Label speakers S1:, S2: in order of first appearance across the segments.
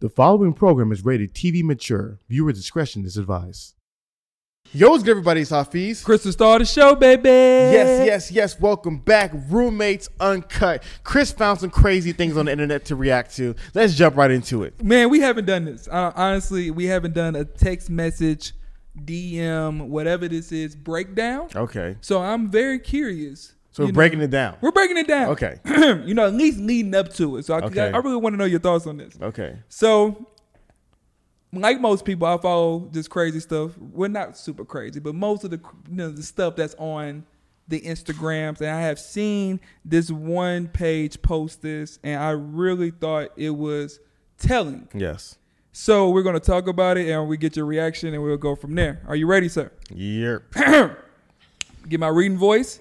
S1: The following program is rated TV mature. Viewer discretion is advised. Yo, what's good, everybody? It's Hafiz.
S2: Crystal Star the show, baby.
S1: Yes, yes, yes. Welcome back, Roommates Uncut. Chris found some crazy things on the internet to react to. Let's jump right into it.
S2: Man, we haven't done this. Uh, honestly, we haven't done a text message, DM, whatever this is, breakdown.
S1: Okay.
S2: So I'm very curious.
S1: Oh. So we're
S2: you know.
S1: breaking it down.
S2: We're breaking it down.
S1: Okay.
S2: you know, at least leading up to it. So I, 'cause I-
S1: Okay.
S2: I really want to know your thoughts on this.
S1: Okay.
S2: So, like most people, I follow this crazy stuff. We're not super crazy, but most of the you know, the stuff that's on the Instagrams, and I have seen this one page post this, and I really thought it was telling.
S1: Yes.
S2: So we're gonna talk about it, and we get your reaction, and we'll go from there. Are you ready, sir?
S1: Yep.
S2: Get my reading voice.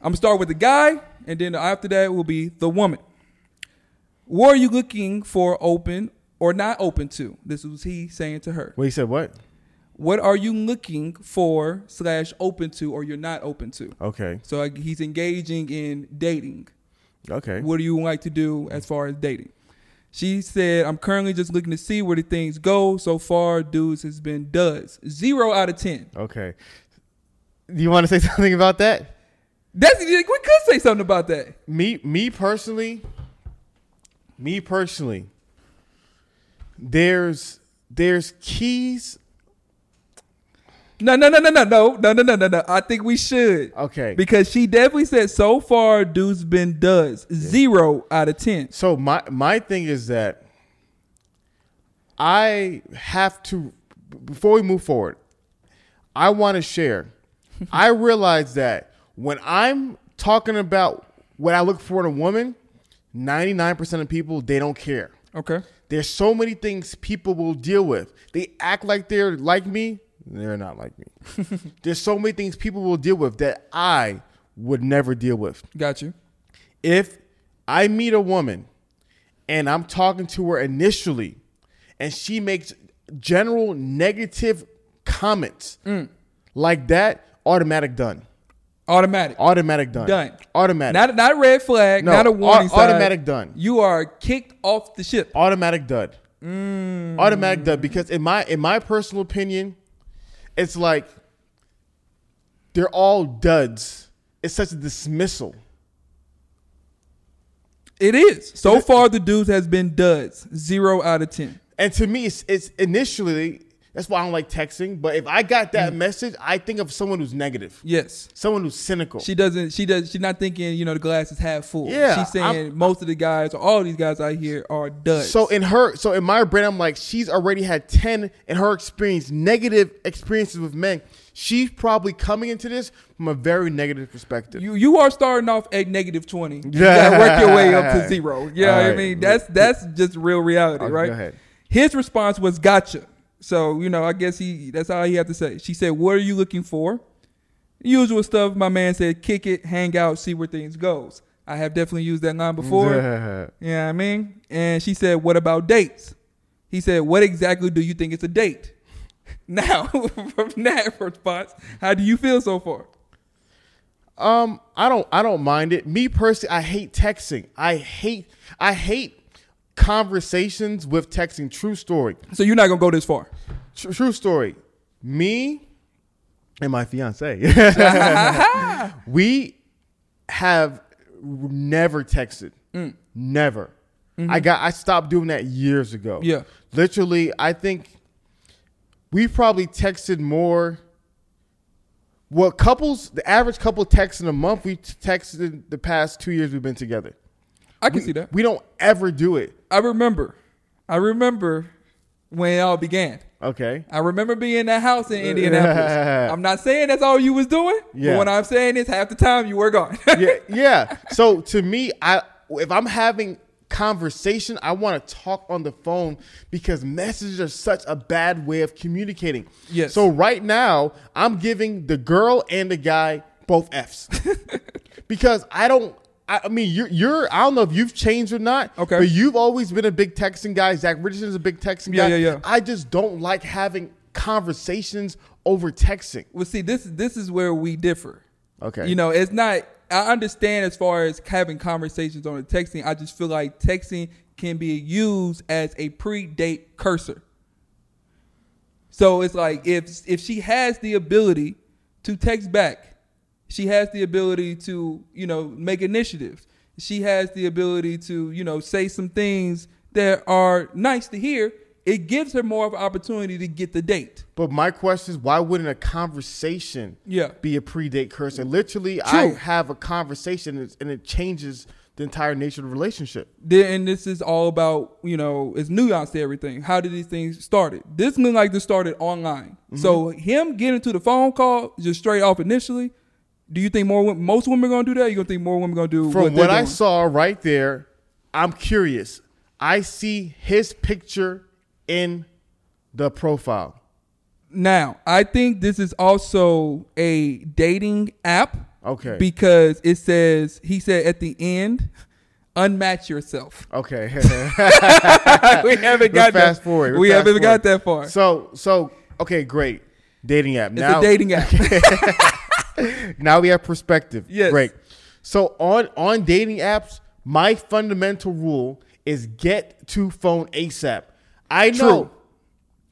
S2: I'm gonna start with the guy, and then after that will be the woman. What are you looking for open or not open to? This was he saying to her.
S1: Wait, you said what?
S2: What are you looking for slash open to or you're not open to?
S1: Okay.
S2: So like, he's engaging in dating.
S1: Okay.
S2: What do you like to do as far as dating? She said, I'm currently just looking to see where the things go. So far, dudes has been duds. Zero out of ten.
S1: Okay. Do you want to say something about that?
S2: That's we could say something about that.
S1: me me personally me personally there's there's keys
S2: No, no, no, no, no, no, no, no, no, no, no. I think we should.
S1: okay
S2: Because she definitely said so far, dude's been duds. Zero out of ten.
S1: so my my thing is that i have to b- before we move forward i want to share i realize that when i'm talking about what i look for in a woman 99% of people they don't care
S2: Okay.
S1: There's so many things people will deal with. They act like they're like me. They're not like me. There's so many things people will deal with that I would never deal with.
S2: Got you.
S1: If I meet a woman and I'm talking to her initially and she makes general negative comments like that, automatic done.
S2: Automatic.
S1: Automatic done.
S2: Done.
S1: Automatic.
S2: Not not a red flag.
S1: No,
S2: not a
S1: au-
S2: warning. sign.
S1: automatic done.
S2: You are kicked off the ship.
S1: automatic dud. Automatic
S2: Mm.
S1: dud because in my in my personal opinion, it's like they're all duds. It's such a dismissal.
S2: It is. So far, the dudes has been duds. Zero out of ten.
S1: And to me, it's, it's initially that's why I don't like texting. But if I got that
S2: Mm.
S1: message, I think of someone who's negative,
S2: Yes.
S1: someone who's cynical.
S2: She doesn't. She does. She's not thinking. You know, the glass is half full.
S1: Yeah,
S2: She's saying most of the guys, or all these guys out here, are duds.
S1: so in her, so in my brain, I'm like, she's already had ten in her experience, negative experiences with men. She's probably coming into this from a very negative perspective.
S2: You you are starting off at negative twenty. You
S1: Yeah.
S2: gotta work your way up to zero. Yeah,
S1: All
S2: I
S1: right.
S2: mean that's that's just real reality,
S1: Okay,
S2: right?
S1: go ahead.
S2: His response was gotcha. So, you know, I guess he that's all he had to say. She said, What are you looking for? Usual stuff, my man said, kick it, hang out, see where things goes. I have definitely used that line before. yeah, I mean? And she said, What about dates? He said, What exactly do you think is a date? Now, from that response, how do you feel so far?
S1: Um, I don't I don't mind it. Me personally, I hate texting. I hate I hate conversations with texting. True story.
S2: So you're not gonna go this far.
S1: Tr- true story. Me and my fiance. we have never texted. Never. I got I stopped doing that years ago.
S2: Yeah.
S1: Literally, I think we probably texted more well, couples, the average couple texts in a month, we t- texted the past two years we've been together.
S2: I can see that.
S1: We don't ever do it.
S2: I remember. I remember when it all began.
S1: Okay.
S2: I remember being in that house in Indianapolis. I'm not saying that's all you was doing,
S1: Yeah.
S2: but what I'm saying is half the time you were gone.
S1: yeah, yeah. So to me, I if I'm having conversation, I want to talk on the phone because messages are such a bad way of communicating.
S2: Yes.
S1: So right now, I'm giving the girl and the guy both Fs because I don't. I I mean, you're, you're. I don't know if you've changed or not.
S2: Okay.
S1: But you've always been a big texting guy. Zach Richardson's a big texting
S2: Yeah,
S1: guy.
S2: yeah, yeah.
S1: I just don't like having conversations over texting.
S2: well, see, this this is where we differ.
S1: Okay.
S2: You know, it's not. I understand as far as having conversations on the texting. I just feel like texting can be used as a pre-date cursor. So it's like if if she has the ability to text back, she has the ability to you know make initiatives. She has the ability to you know say some things that are nice to hear. It gives her more of an opportunity to get the date.
S1: But my question is, why wouldn't a conversation
S2: Yeah.
S1: be a predate cursor? Literally, I
S2: True.
S1: have a conversation and it's- and it changes the entire nature of the relationship.
S2: Then and this is all about you know it's nuanced to everything. How did these things started? This looked like this started online. So him getting to the phone call just straight off initially. Do you think more wo- most women are gonna do that? You gonna think more women gonna do
S1: From what,
S2: they're
S1: I
S2: doing?
S1: saw right there, I'm curious. I see his picture in the profile.
S2: Now, I think this is also a dating app.
S1: Okay.
S2: Because it says he said at the end, unmatch yourself.
S1: okay.
S2: we haven't
S1: Let's
S2: got that.
S1: fast forward. Let's
S2: we
S1: fast forward.
S2: haven't got that far.
S1: so so okay, great. Dating app.
S2: it's
S1: now
S2: a dating app.
S1: now we have perspective.
S2: Yes.
S1: Great. So on on dating apps, my fundamental rule is get to phone ASAP. I know
S2: True.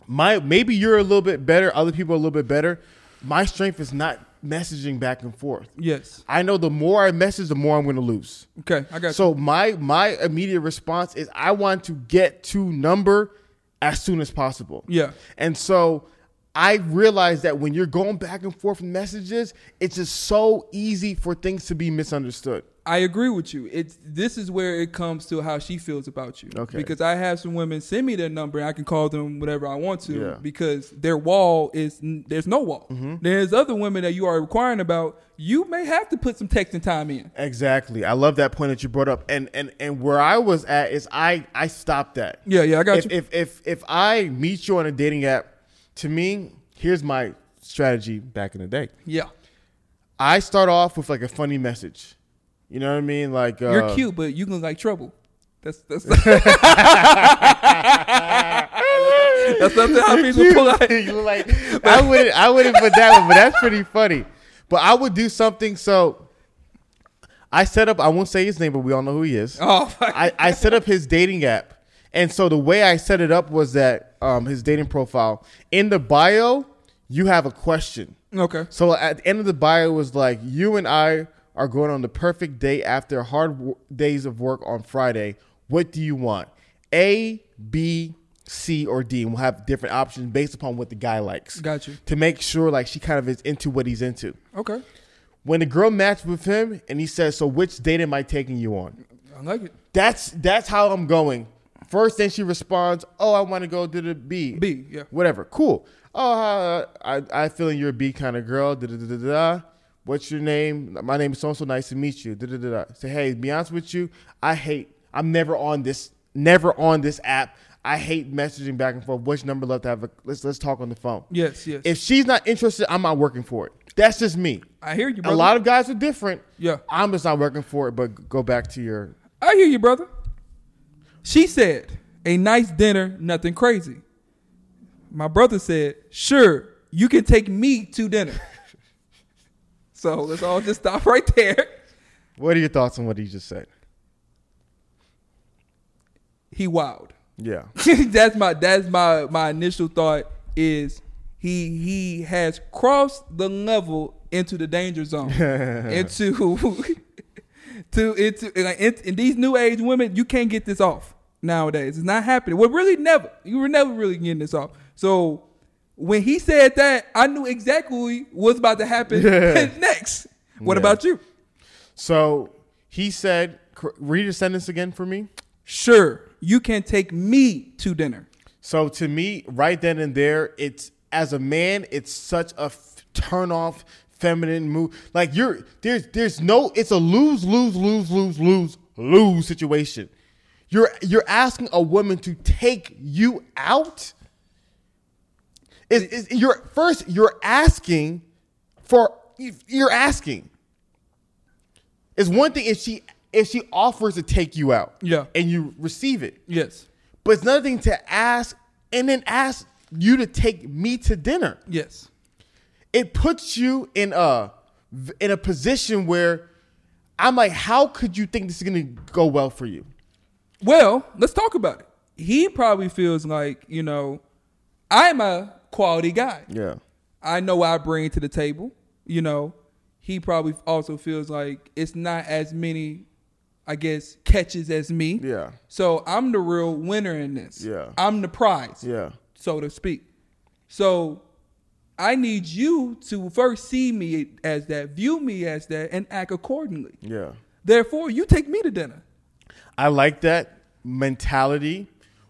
S1: my maybe you're a little bit better, other people are a little bit better. My strength is not messaging back and forth.
S2: yes.
S1: I know the more I message, the more I'm going to lose.
S2: Okay. I got you.
S1: So my my immediate response is I want to get to number as soon as possible.
S2: Yeah.
S1: And so I realize that when you're going back and forth in messages, it's just so easy for things to be misunderstood.
S2: I agree with you. It's this is where it comes to how she feels about you.
S1: Okay.
S2: Because I have some women send me their number. and I can call them whatever I want to.
S1: Yeah. Mm-hmm.
S2: Because their wall is n- there's no wall. There's other women that you are requiring about. You may have to put some texting time in.
S1: Exactly. I love that point that you brought up. And and and where I was at is I I stopped that.
S2: Yeah, yeah, I got
S1: if,
S2: you.
S1: if if if I meet you on a dating app, to me, here's my strategy back in the day.
S2: yeah,
S1: I start off with like a funny message. You know what I mean? Like uh,
S2: you're cute, but you look like trouble. That's that's that's something how people pull out.
S1: You look like I wouldn't I wouldn't put that one, but that's pretty funny. But I would do something so I set up I won't say his name, but we all know who he is.
S2: Oh, my-
S1: I, I set up his dating app. And so the way I set it up was that um, his dating profile in the bio, you have a question.
S2: okay.
S1: So at the end of the bio was like, "You and I are going on the perfect day after hard wo- days of work on Friday. What do you want? A, B, C, or D?" And we'll have different options based upon what the guy likes.
S2: Got you.
S1: To make sure, like, she kind of is into what he's into.
S2: Okay,
S1: When the girl matched with him, and he says, "So which date am I taking you on?"
S2: I like it.
S1: That's that's how I'm going. First, then she responds, "Oh, I want to go to the B."
S2: B, yeah.
S1: whatever. Cool. Oh, uh, I I feeling you're a B kind of girl. Da, da, da, da, da. What's your name? My name is so so. Nice to meet you. Da, da, da, da. Say hey. Be honest with you, I hate. I'm never on this. Never on this app. I hate messaging back and forth. Which number left to have? A, let's let's talk on the phone.
S2: Yes, yes.
S1: If she's not interested, I'm not working for it. That's just me.
S2: I hear you, brother.
S1: A lot of guys are different.
S2: Yeah.
S1: I'm just not working for it. But go back to your
S2: I hear you, brother. She said, a nice dinner, nothing crazy. My brother said, sure, you can take me to dinner. so let's all just stop right there.
S1: What are your thoughts on what he just said?
S2: He wowed.
S1: Yeah.
S2: that's my that's my my initial thought is he he has crossed the level into the danger zone into to into like in, in these new age women you can't get this off nowadays it's not happening well really never you were never really getting this off so when he said that I knew exactly what's about to happen next what
S1: Yeah.
S2: about you
S1: So he said, cr- read the sentence again for me.
S2: sure you can take me to dinner
S1: So to me, right then and there, it's as a man, it's such a f- turn off feminine move. Like you're there's there's no it's a lose lose lose lose lose lose situation. You're you're asking a woman to take you out. Is is you're first you're asking for you're asking. It's one thing if she if she offers to take you out,
S2: Yeah.
S1: and you receive it.
S2: yes
S1: But it's another thing to ask and then ask you to take me to dinner.
S2: yes
S1: It puts you in a in a position where I'm like, how could you think this is gonna go well for you?
S2: Well, let's talk about it. He probably feels like, you know, I'm a quality guy.
S1: Yeah.
S2: I know what I bring to the table. You know, he probably also feels like it's not as many, I guess, catches as me.
S1: Yeah.
S2: So I'm the real winner in this.
S1: Yeah.
S2: I'm the prize,
S1: Yeah.
S2: so to speak. So I need you to first see me as that, view me as that, and act accordingly.
S1: Yeah.
S2: Therefore, you take me to dinner.
S1: I like that mentality.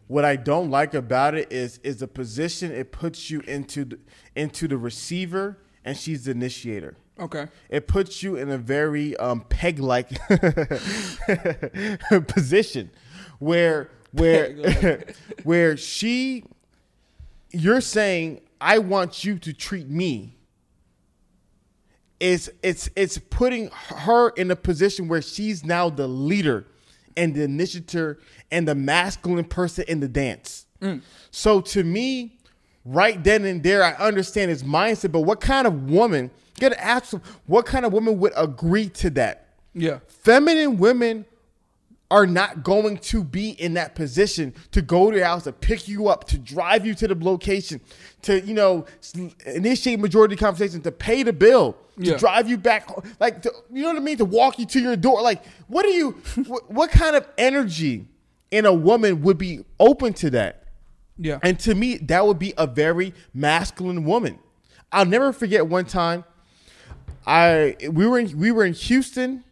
S1: What I don't like about it is is the position it puts you into the, into the receiver and she's the initiator.
S2: Okay.
S1: It puts you in a very um, peg like position where where where she you're saying I want you to treat me. It's it's it's putting her in a position where she's now the leader and the initiator and the masculine person in the dance. So to me, right then and there, I understand his mindset. But what kind of woman? Get to ask him, what kind of woman would agree to that?
S2: Yeah.
S1: feminine women are not going to be in that position to go to your house to pick you up to drive you to the location to you know s- initiate majority conversation to pay the bill to
S2: Yeah.
S1: drive you back ho- like to, you know what i mean to walk you to your door like what are you wh- what kind of energy in a woman would be open to that
S2: Yeah.
S1: and to me, that would be a very masculine woman. I'll never forget one time I we were in, we were in Houston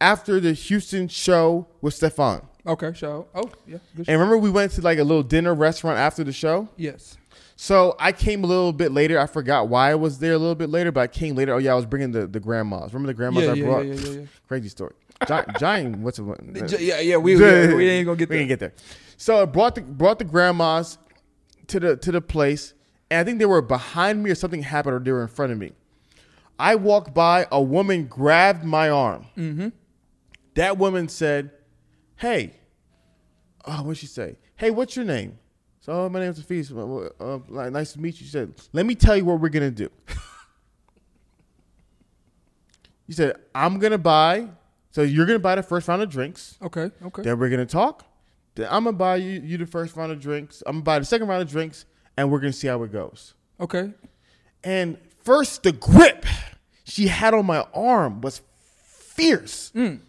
S1: after the Houston show with Stefan.
S2: okay. So, oh, yeah. Good sh-
S1: And remember we went to like a little dinner restaurant after the show?
S2: yes.
S1: So I came a little bit later. I forgot why I was there a little bit later, but I came later. Oh yeah, I was bringing the, the grandmas. Remember the grandmas
S2: Yeah,
S1: I
S2: yeah,
S1: brought?
S2: yeah, yeah, yeah, yeah.
S1: Crazy story. Giant, giant what's it?
S2: J- yeah, yeah, we- we- we ain't gonna get
S1: We ain't
S2: there.
S1: get there. So I brought the brought the grandmas to the to the place, and I think they were behind me or something happened, or they were in front of me. I walked by, a woman grabbed my arm.
S2: Mm-hmm.
S1: That woman said, "Hey, oh, what'd she say? Hey, what's your name?" So "Oh, my name's Hafiz. Well, Uh, like, nice to meet you. She said, "Let me tell you what we're gonna do." you said, "I'm gonna buy." So you're gonna buy the first round of drinks.
S2: Okay. Okay.
S1: Then we're gonna talk. Then I'm gonna buy you, you the first round of drinks. I'm gonna buy the second round of drinks, and we're gonna see how it goes.
S2: Okay.
S1: And first, the grip she had on my arm was fierce. You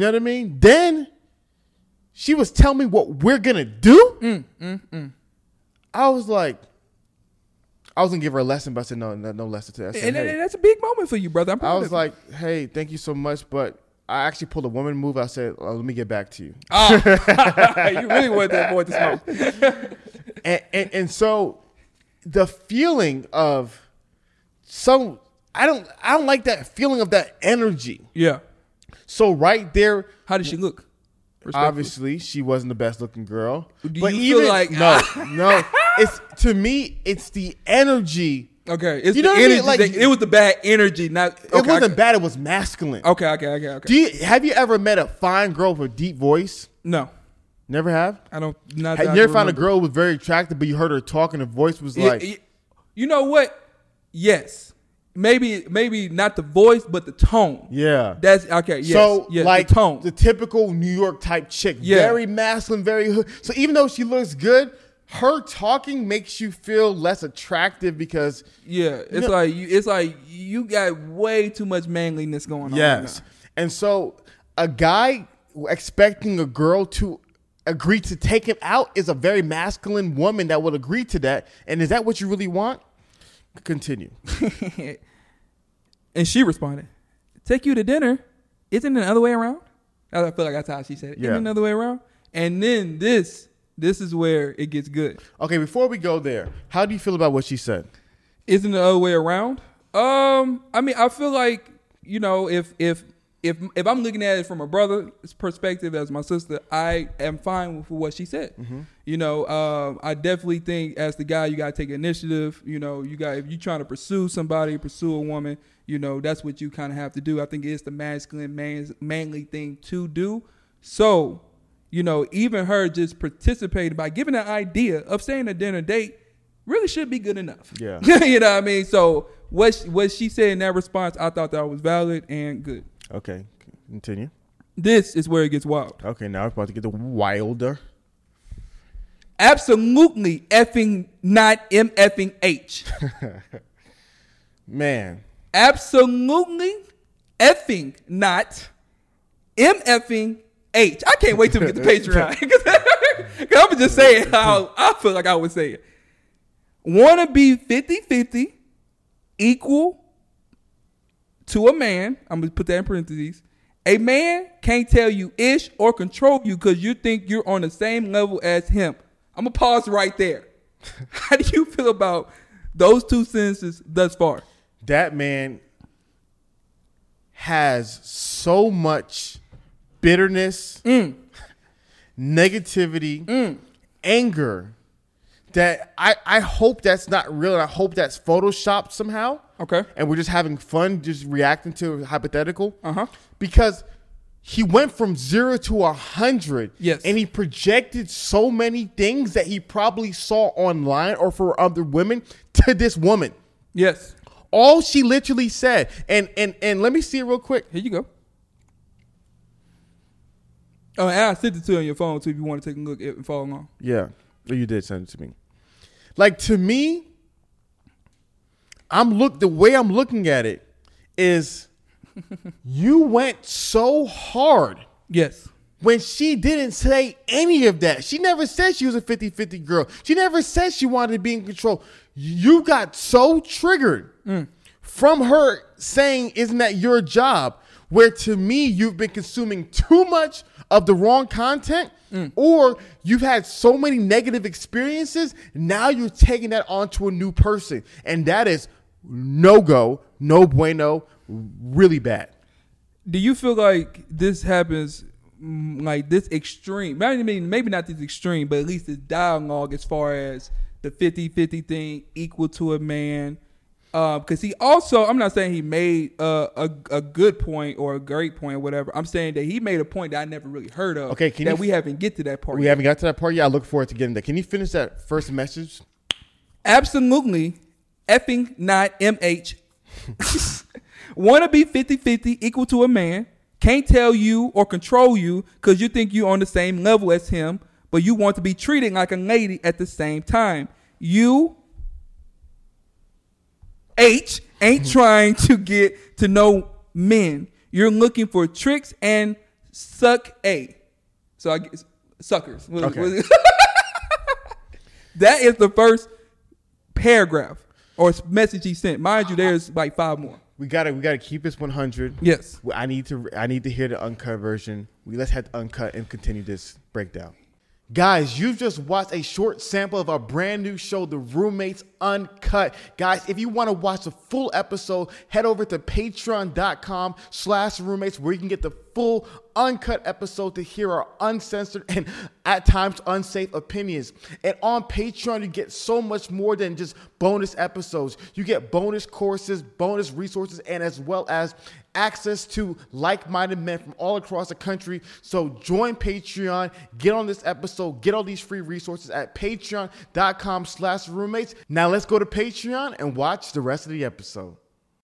S1: know what I mean? Then she was telling me what we're gonna do. I was like, I was gonna give her a lesson, but I said no, no, no lesson today. I said,
S2: And,
S1: "Hey."
S2: and that's a big moment for you, brother. I'm proud
S1: I
S2: of
S1: was
S2: you.
S1: like, hey, thank you so much, but I actually pulled a woman move. I said, oh, let me get back to you.
S2: Ah, you really want that boy to smoke.
S1: and, and and so the feeling of so I don't I don't like that feeling of that energy.
S2: Yeah.
S1: So right there,
S2: How did she look? Respectfully.
S1: obviously she wasn't the best looking girl.
S2: Do you feel like-
S1: no, no, it's to me it's the energy.
S2: Okay. It's
S1: You
S2: the
S1: know what I mean?
S2: energy.
S1: Like-
S2: that- it was the bad energy, not. Okay,
S1: It wasn't
S2: I,
S1: bad. It was masculine.
S2: Okay. Okay. Okay. Okay.
S1: Do you have you ever met a fine girl with a deep voice?
S2: no,
S1: Never have.
S2: I don't. Not
S1: Have
S2: that I
S1: you ever
S2: can
S1: found a
S2: remember.
S1: girl who was very attractive, but you heard her talk and her voice was
S2: Yeah,
S1: like,
S2: yeah. you know what? Yes. Maybe. Maybe not the voice, but the tone.
S1: yeah.
S2: That's okay. Yes.
S1: so
S2: yes,
S1: like
S2: the tone.
S1: the typical New York type chick,
S2: Yeah.
S1: very masculine, very hood. So even though she looks good, her talking makes you feel less attractive because
S2: yeah. It's
S1: No.
S2: like you. It's like you got way too much manliness going on.
S1: yes.
S2: right
S1: And so a guy expecting a girl to agree to take him out is a very masculine woman that will agree to that. And is that what you really want? Continue.
S2: now. and she responded, "Take you to dinner? Isn't it another way around?" I feel like that's how she said it.
S1: Yeah.
S2: Isn't it another way around? And then this. This is where it gets good.
S1: Okay, before we go there, how do you feel about what she said?
S2: isn't the other way around. Um, I mean, I feel like you know, if if if if I'm looking at it from a brother's perspective as my sister, I am fine with what she said. You know, um, I definitely think as the guy, you gotta take initiative. You know, you got if you're trying to pursue somebody, pursue a woman, you know, that's what you kind of have to do. I think it's the masculine, man's, manly thing to do. So, you know, even her just participating by giving an idea of staying a dinner date really should be good enough.
S1: Yeah.
S2: you know what I mean? So what she, what she said in that response, I thought that was valid and good.
S1: Okay, continue.
S2: This is where it gets wild.
S1: Okay, now it's about to get the wilder.
S2: Absolutely effing not M effing H.
S1: Man,
S2: Absolutely effing not M effing H. I can't wait till we get to Patreon. Because I'm just saying how I feel like I would say it. Want to be 50 50 equal to a man. I'm going to put that in parentheses. A man can't tell you ish or control you because you think you're on the same level as him. I'm going to pause right there. How do you feel about those two sentences thus far?
S1: that man has so much bitterness,
S2: Mm.
S1: negativity, anger that I, I hope that's not real. And I hope that's photoshopped somehow.
S2: Okay.
S1: And we're just having fun, just reacting to hypothetical.
S2: Uh-huh.
S1: Because he went from zero to a hundred.
S2: Yes.
S1: And he projected so many things that he probably saw online or for other women to this woman.
S2: Yes.
S1: All she literally said, and and and let me see it real quick.
S2: Here you go. Oh, and I sent it to you on your phone too if you want to take a look at and follow along.
S1: Yeah, Oh, you did send it to me. Like to me, I'm look the way I'm looking at it is, you went so hard
S2: Yes.
S1: when she didn't say any of that. She never said she was a 50-50 girl. She never said she wanted to be in control. You got so triggered from her saying, isn't that your job? Where to me, you've been consuming too much of the wrong content or you've had so many negative experiences. Now you're taking that onto a new person. And that is no go, no bueno, really bad.
S2: Do you feel like this happens mm, like this extreme? Not even- maybe not this extreme, but at least this dialogue as far as the 50-50 thing equal to a man. Because he also, I'm not saying he made uh, a a good point or a great point or whatever. I'm saying that he made a point that I never really heard of.
S1: Okay, can
S2: that
S1: you-
S2: we haven't get to that part.
S1: We haven't got to that part yet. I look forward to getting there. Can you finish that first message?
S2: Absolutely effing not MH. Want to be 50 50 equal to a man. Can't tell you or control you because you think you're on the same level as him, but you want to be treated like a lady at the same time. You, H, ain't trying to get to know men. You're looking for tricks and suck A. So I guess suckers.
S1: Okay.
S2: That is the first paragraph or message he sent. Mind you, there's like five more.
S1: We gotta we gotta keep this one hundred.
S2: Yes.
S1: I need to I need to hear the uncut version. We let's have the uncut and continue this breakdown. Guys, you've just watched a short sample of our brand new show, The Roommates Uncut. Guys, if you want to watch the full episode, head over to patreon.com slash roommates where you can get the full uncut episode to hear our uncensored and at times unsafe opinions. And on Patreon, you get so much more than just bonus episodes. You get bonus courses, bonus resources, and as well as access to like minded men from all across the country. So join Patreon, get on this episode, get all these free resources at patreon.com slash roommates. Now let's go to Patreon and watch the rest of the episode.